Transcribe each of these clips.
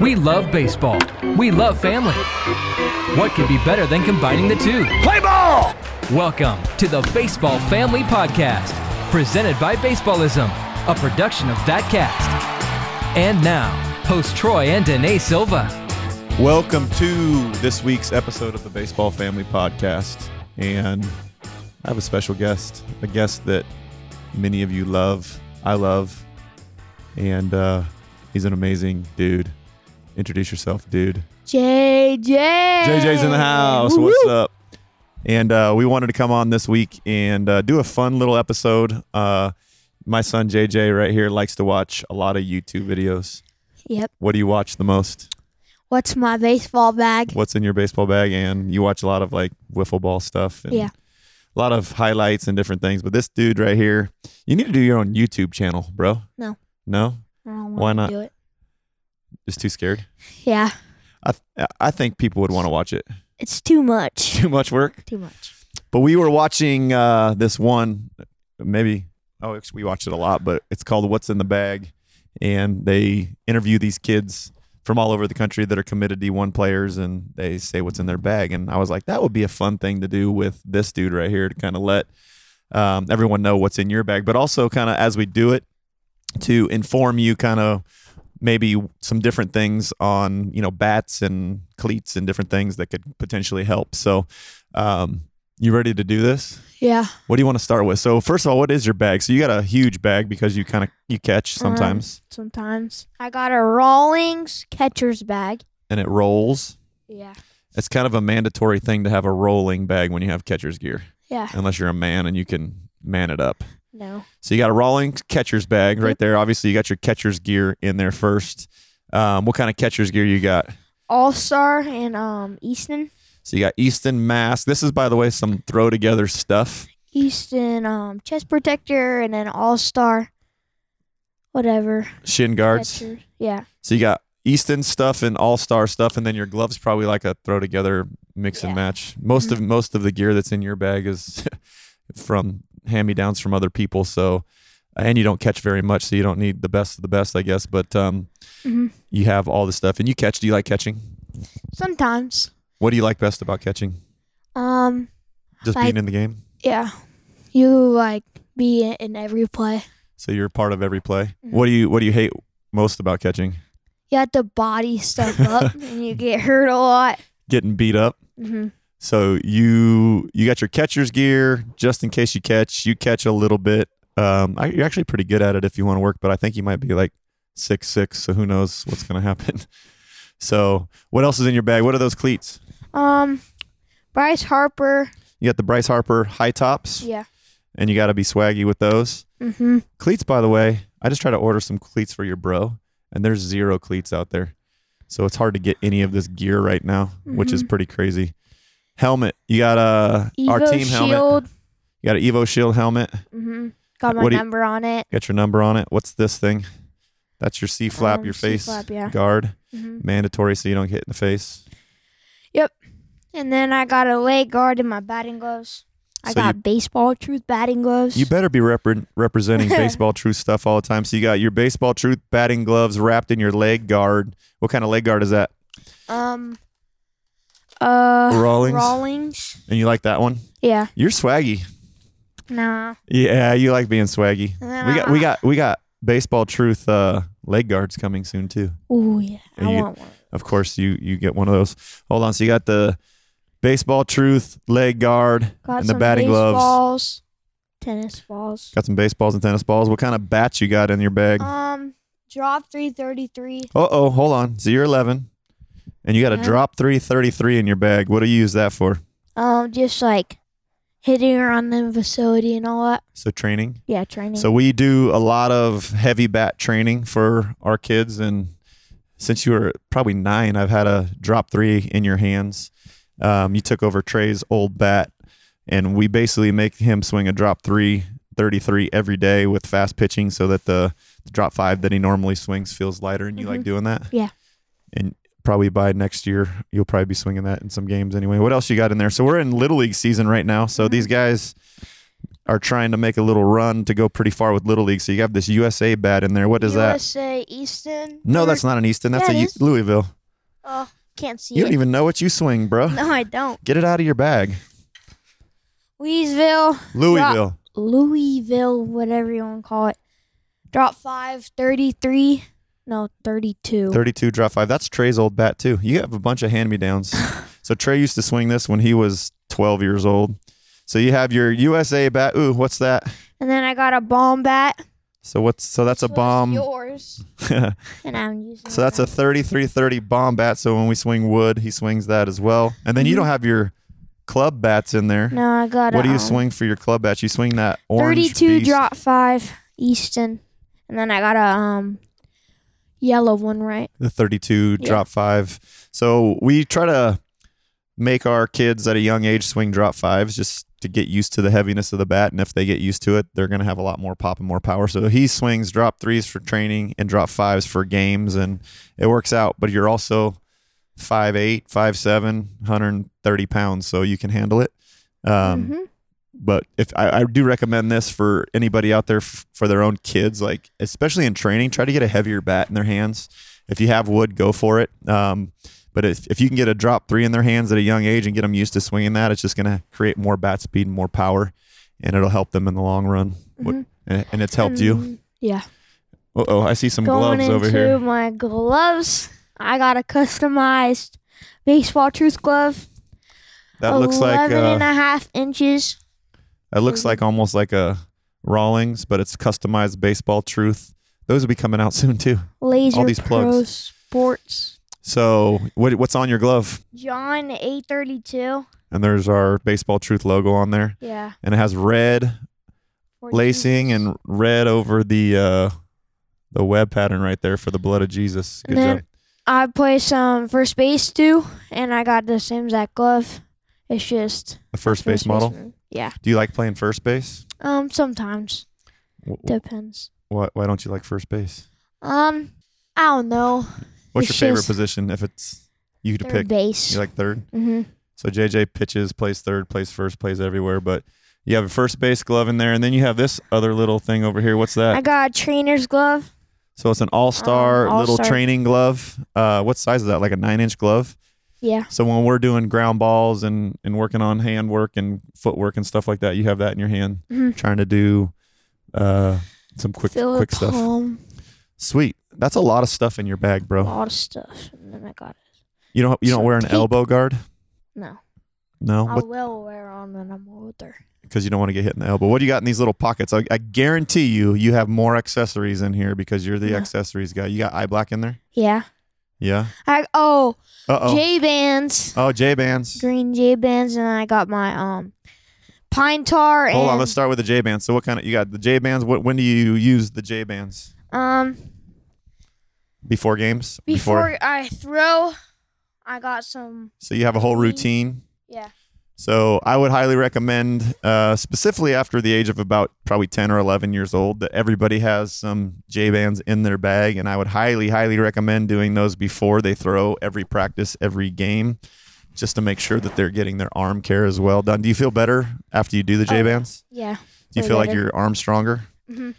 We love baseball. We love family. What could be better than combining the two? Play ball! Welcome to the Baseball Family Podcast, presented by Baseballism, a production of that cast. And now, host Troy and Danae Silva. Welcome to this week's episode of the Baseball Family Podcast. And I have a special guest, a guest that many of you love. I love. And uh, he's an amazing dude. Introduce yourself, dude. JJ. JJ's in the house. What's up? And uh, we wanted to come on this week and uh, do a fun little episode. Uh, my son JJ right here likes to watch a lot of YouTube videos. Yep. What do you watch the most? What's my baseball bag? what's in your baseball bag and you watch a lot of like wiffle ball stuff and Yeah. a lot of highlights and different things but this dude right here you need to do your own youtube channel bro No. no I don't Why wanna not? Do it. just too scared Yeah. i th- i think people would want to watch it It's too much. too much work Too much. but we were watching uh this one maybe oh it's- we watched it a lot but it's called what's in the bag and they interview these kids from all over the country that are committed D1 players and they say what's in their bag. And I was like, that would be a fun thing to do with this dude right here to kind of let um, everyone know what's in your bag, but also kind of as we do it to inform you kind of maybe some different things on, you know, bats and cleats and different things that could potentially help. So, um, you ready to do this? Yeah. What do you want to start with? So first of all, what is your bag? So you got a huge bag because you kind of you catch Uh-huh. sometimes Um, Sometimes I got a Rawlings catcher's bag. and it rolls. Yeah. It's kind of a mandatory thing to have a rolling bag when you have catcher's gear, Yeah. unless you're a man and you can man it up. No. So you got a rolling catcher's bag right Yep. there. Obviously, you got your catcher's gear in there first. Um, what kind of catcher's gear you got? All Star and um Easton. So you got Easton mask. This is, by the way, some throw together stuff. Easton um chest protector and then All Star. Whatever. Shin guards. Catcher. Yeah. So you got Easton stuff and All Star stuff, and then your gloves probably like a throw together mix and Yeah. Mm-hmm. match. Most of most of the gear that's in your bag is from hand me downs from other people. So uh, and you don't catch very much, so you don't need the best of the best, I guess. But um, Mhm. you have all the stuff, and you catch. Do you like catching? Sometimes. What do you like best about catching? Um. Just Like- being in the game. Yeah. You like be in every play. So you're part of every play. Mhm. What do you What do you hate most about catching? You have to body stuff up and you get hurt a lot. Getting beat up. hmm So you you got your catcher's gear just in case you catch. You catch a little bit. Um, I, you're actually pretty good at it if you want to work, but I think you might be like six six. So who knows what's going to happen? So what else is in your bag? What are those cleats? Um, Bryce Harper. You got the Bryce Harper high tops, Yeah. and you got to be swaggy with those Mm-hmm. cleats. By the way, I just try to order some cleats for your bro, and there's zero cleats out there, so it's hard to get any of this gear right now, which is pretty crazy. Helmet, you got a Mm-hmm. Evo our team helmet. Shield. You got an Evo Shield helmet. hmm Got my What do you- number on it. Got your number on it. What's this thing? That's your C flap, Um, your face C-flap, yeah. guard. hmm Mandatory so you don't get hit in the face. And then I got a leg guard in my batting gloves. I So got you- baseball truth batting gloves. You better be repre- representing baseball truth stuff all the time. So you got your baseball truth batting gloves wrapped in your leg guard. What kind of leg guard is that? um. Uh. Rawlings? Rawlings. And you like that one? Yeah. You're swaggy. Nah. Yeah, you like being swaggy. We got we got we got baseball truth uh, leg guards coming soon too. Ooh yeah. Yeah, I you- want one. of course you you get one of those. Hold on, so you got the baseball truth leg guard Got and the some batting gloves. baseballs, tennis balls. Got some baseballs and tennis balls. What kind of bats you got in your bag? Uh Um. Drop three thirty three. oh, hold on. So you're 11, and you got a Yeah. drop 333 in your bag. What do you use that for? Um, just like hitting around the facility and all that. So training. Yeah, training. So we do a lot of heavy bat training for our kids, and since you were probably nine, I've had a drop three in your hands. Um, you took over Trey's old bat, and we basically make him swing a drop three. 33 every day with fast pitching so that the, the drop five that he normally swings feels lighter and you like doing that Mm-hmm. Yeah. and probably by next year you'll probably Mm-hmm. be swinging that in some games anyway. What else you got in there? So we're in little league season right now. So these guys are trying to make a little run to go pretty far with Little League. So you have this USA bat in there. What is that? USA Easton. No, that's not an Easton. That's Yeah, a it U- is. Louisville. Oh, can't see You it. don't even know what you swing, bro. no, I don't. Get it out of your bag. Weesville. Louisville. Louisville, whatever you want to call it. Drop five, 33. No, 32. 32 drop five. That's Trey's old bat, too. You have a bunch of hand me downs. so Trey used to swing this when he was 12 years old. So you have your USA bat. Ooh, what's that? And then I got a bomb bat. So what's so that's a bomb. Yours. so And I'm using that's a 33-30 bomb bat. So when we swing wood, he swings that as well. And then you don't have your club bats in there. No, I got a. What do you um, swing for your club bats? You swing that orange 32 beast. drop five, Easton. And then I got a um yellow one, right? the 32 Yeah. drop five so we try to make our kids at a young age swing drop fives just to get used to the heaviness of the bat and if they get used to it they're going to have a lot more pop and more power so he swings drop threes for training and drop fives for games and it works out but you're also 5'8 5'7 130 pounds so you can handle it um, hmm but if I, I do recommend this for anybody out there f- for their own kids, like especially in training, try to get a heavier bat in their hands. If you have wood, go for it. Um, but if, if you can get a drop three in their hands at a young age and get them used to swinging that, it's just going to create more bat speed and more power, and it'll help them in the long run. What- Mm-hmm. and and it's helped you. Um, Yeah. Uh oh, I see some Going gloves into over here. my gloves, I got a customized baseball truth glove. That looks like 11 and uh, a half inches. that Mm-hmm. looks like almost like a Rawlings, but it's customized baseball truth. Those will be coming out soon too. Laser these Pro plugs. Sports. So what, what's on your glove? John A32. and there's our baseball truth logo on there Yeah. and it has red 14. lacing and red over the uh the web pattern right there for the blood of jesus good And then- job I play some first base too, and I got the same exact glove. It's just the first base model baseman. Yeah. do you like playing first base Um. Sometimes Wh- depends. wh- why don't you like first base Um. I don't know. what's It's your favorite just- position if it's you had to Third pick base. you like third mm-hmm. so jj pitches plays third plays first plays everywhere but you have a first base glove in there and then you have this other little thing over here what's that I got a trainer's glove. so it's an all-star Um, little all-star. training glove uh what size is that like a nine inch glove Yeah. So when we're doing ground balls and and working on handwork and footwork and stuff like that, you have that in your hand, Mhm. trying to do uh, some quick Fill quick a stuff. palm, Sweet, that's a lot of stuff in your bag, A bro. lot of stuff, and then I got it. You don't you don't Some wear an tape. elbow guard? No, No, I will wear on when I'm older. because you don't want to get hit in the elbow. What do you got in these little pockets? I, I guarantee you, you have more accessories in here because you're the Yeah. accessories guy. You got eye black in there, Yeah. yeah. I oh, Uh oh, J bands, oh J bands. green J bands, and I got my um pine tar Hold and on, let's start with the J bands. So what kind of you got the J bands? What when do you use the J bands? um Before games? before, I throw, I got some So you have a whole Routine. routine. yeah So I would highly recommend, uh, specifically after the age of about probably 10 or 11 years old, that everybody has some J bands in their bag. And I would highly, highly recommend doing those before they throw every practice, every game, just to make sure that they're getting their arm care as well done. Do you feel better after you do the J bands? yeah. Do you Oh, way feel like better. your arm's stronger? Mhm.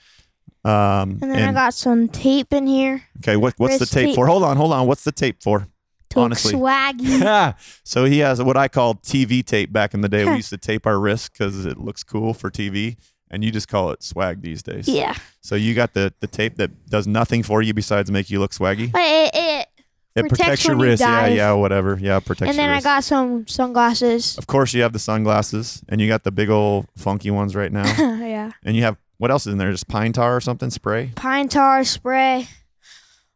Um, And then I got some tape in here okay, what, what's the wrist tape tape. for? Hold on, hold on. What's the tape for? to look Honestly. swaggy. so he has what I call TV tape back in the day. we used to tape our wrists because it looks cool for TV, and you just call it swag these days. yeah, So you got the, the tape that does nothing for you besides make you look swaggy. but it, it It protects protects your when you wrist. Yeah, dive. yeah, whatever. Yeah, it protects and then your I wrist. got some sunglasses. of course, you have the sunglasses, and you got the big old funky ones right now. yeah, and you have what else is in there? Just pine tar or something? Spray? pine tar spray.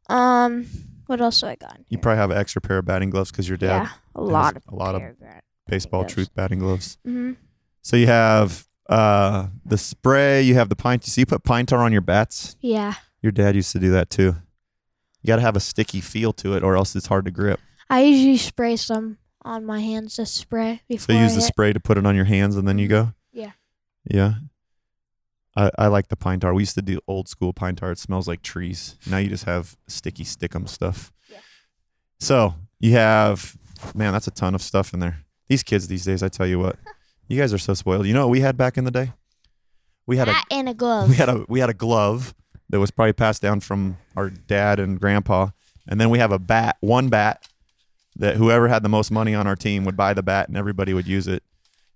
Um, what else do I got? in You here? probably have an extra pair of batting gloves because your yeah, dad a lot of a lot of paragraph. baseball gloves. truth batting gloves. Mhm. So you have uh, the spray, you have the pine. So you put pine tar on your bats. Yeah, Your dad used to do that too. You got to have a sticky feel to it, or else it's hard to grip. I usually spray some on my hands to spray So before. you I Mm-hmm. use the hit. spray to put it on your hands, and then you go. Yeah. Yeah. I, I like the pine tar. We used to do old school pine tar. It smells like trees. Now you just have sticky stickum stuff. Yeah. So you have, man, that's a ton of stuff in there. These kids these days, I tell you what, you guys are so spoiled. You know what we had back in the day? we had a Hat and a glove. we had a we had a glove that was probably passed down from our dad and grandpa, and then we have a bat, one bat that whoever had the most money on our team would buy the bat, and everybody would use it.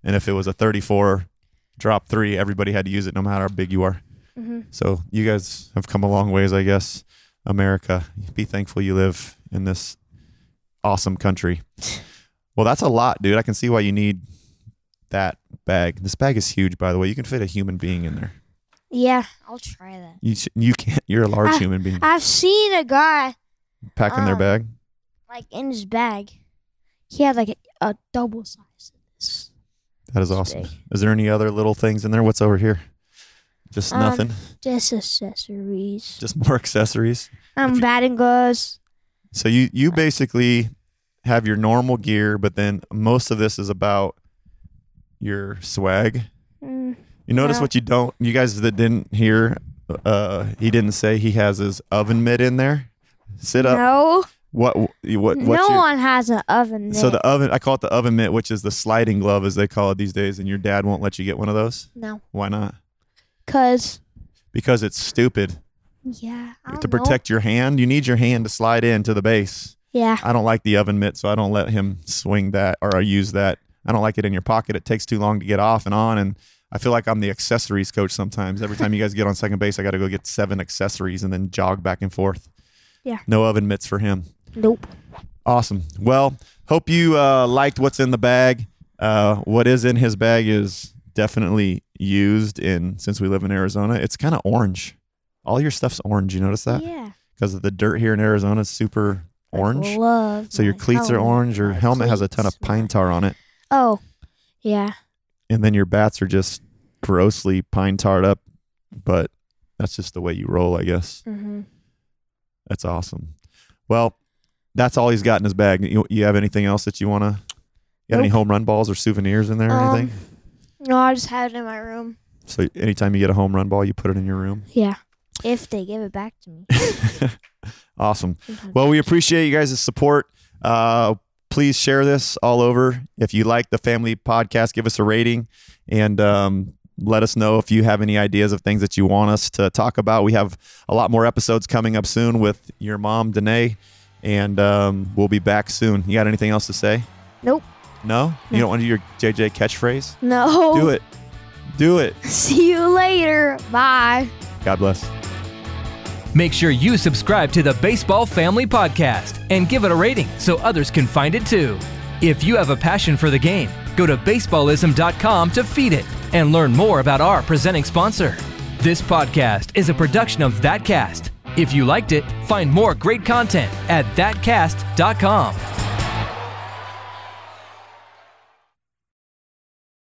And if it was a 34 drop three, everybody had to use it, no matter how big you are. Mhm. So you guys have come a long ways, I guess. America, be thankful you live in this awesome country. Well, that's a lot, dude. I can see why you need that bag. This bag is huge, by the way. You can fit a human being in there. yeah, I'll try that. You sh- you can't. You're a large Ah. human being I've seen a guy packing their Ah. bag. like in his bag. He had like a, a double size of this. That is awesome. big. Is there any other little things in there? What's over here? Just Um, nothing. Just accessories. Just more accessories. if Um, you- batting gloves. So you you basically have your normal gear, but then most of this is about your swag. Mm, You notice Yeah. what you don't. You guys that didn't hear, uh, he didn't say he has his oven mitt in there. Sit up. no, What what what's no your, one has an oven. So mitt. the oven, I call it the oven mitt, which is the sliding glove as they call it these days. And your dad won't let you get one of those. no, Why not? cause Because it's stupid. yeah, I To don't know. protect your hand, you need your hand to slide into the base. Yeah, I don't like the oven mitt, so I don't let him swing that or I use that. I don't like it in your pocket. It takes too long to get off and on. And I feel like I'm the accessories coach sometimes. Every time you guys get on second base, I got to go get seven accessories and then jog back and forth. Yeah. No oven mitts for him. nope. Awesome. Well, hope you uh, liked what's in the bag. Uh, what is in his bag is definitely used. And since we live in Arizona, it's kind of orange. All your stuff's orange. You notice that? yeah, Because the dirt here in Arizona is super I orange. Love. So your my cleats are helmet. orange. Your My helmet has a ton of cleats, pine tar on it. Oh, yeah. And then your bats are just grossly pine tarred up. But that's just the way you roll, I guess. Mm-hmm. That's awesome. Well, that's all he's got in his bag. You, you have anything else that you want to? Got any Nope. home run balls or souvenirs in there or Um, anything? No, I just have it in my room. So anytime you get a home run ball, you put it in your room. Yeah, if they give it back to me. awesome. Well, we appreciate you guys' support. Uh, please share this all over. If you like the family podcast, give us a rating and um, let us know if you have any ideas of things that you want us to talk about. We have a lot more episodes coming up soon with your mom, Danae, and um, we'll be back soon. You got anything else to say? nope. No? You No. Oh. don't want to do your JJ catchphrase? No. Do it. Do it. See you later. Bye. God bless. Make sure you subscribe to the Baseball Family Podcast and give it a rating so others can find it too. If you have a passion for the game, go to baseballism.com to feed it and learn more about our presenting sponsor. This podcast is a production of ThatCast. If you liked it, find more great content at thatcast.com.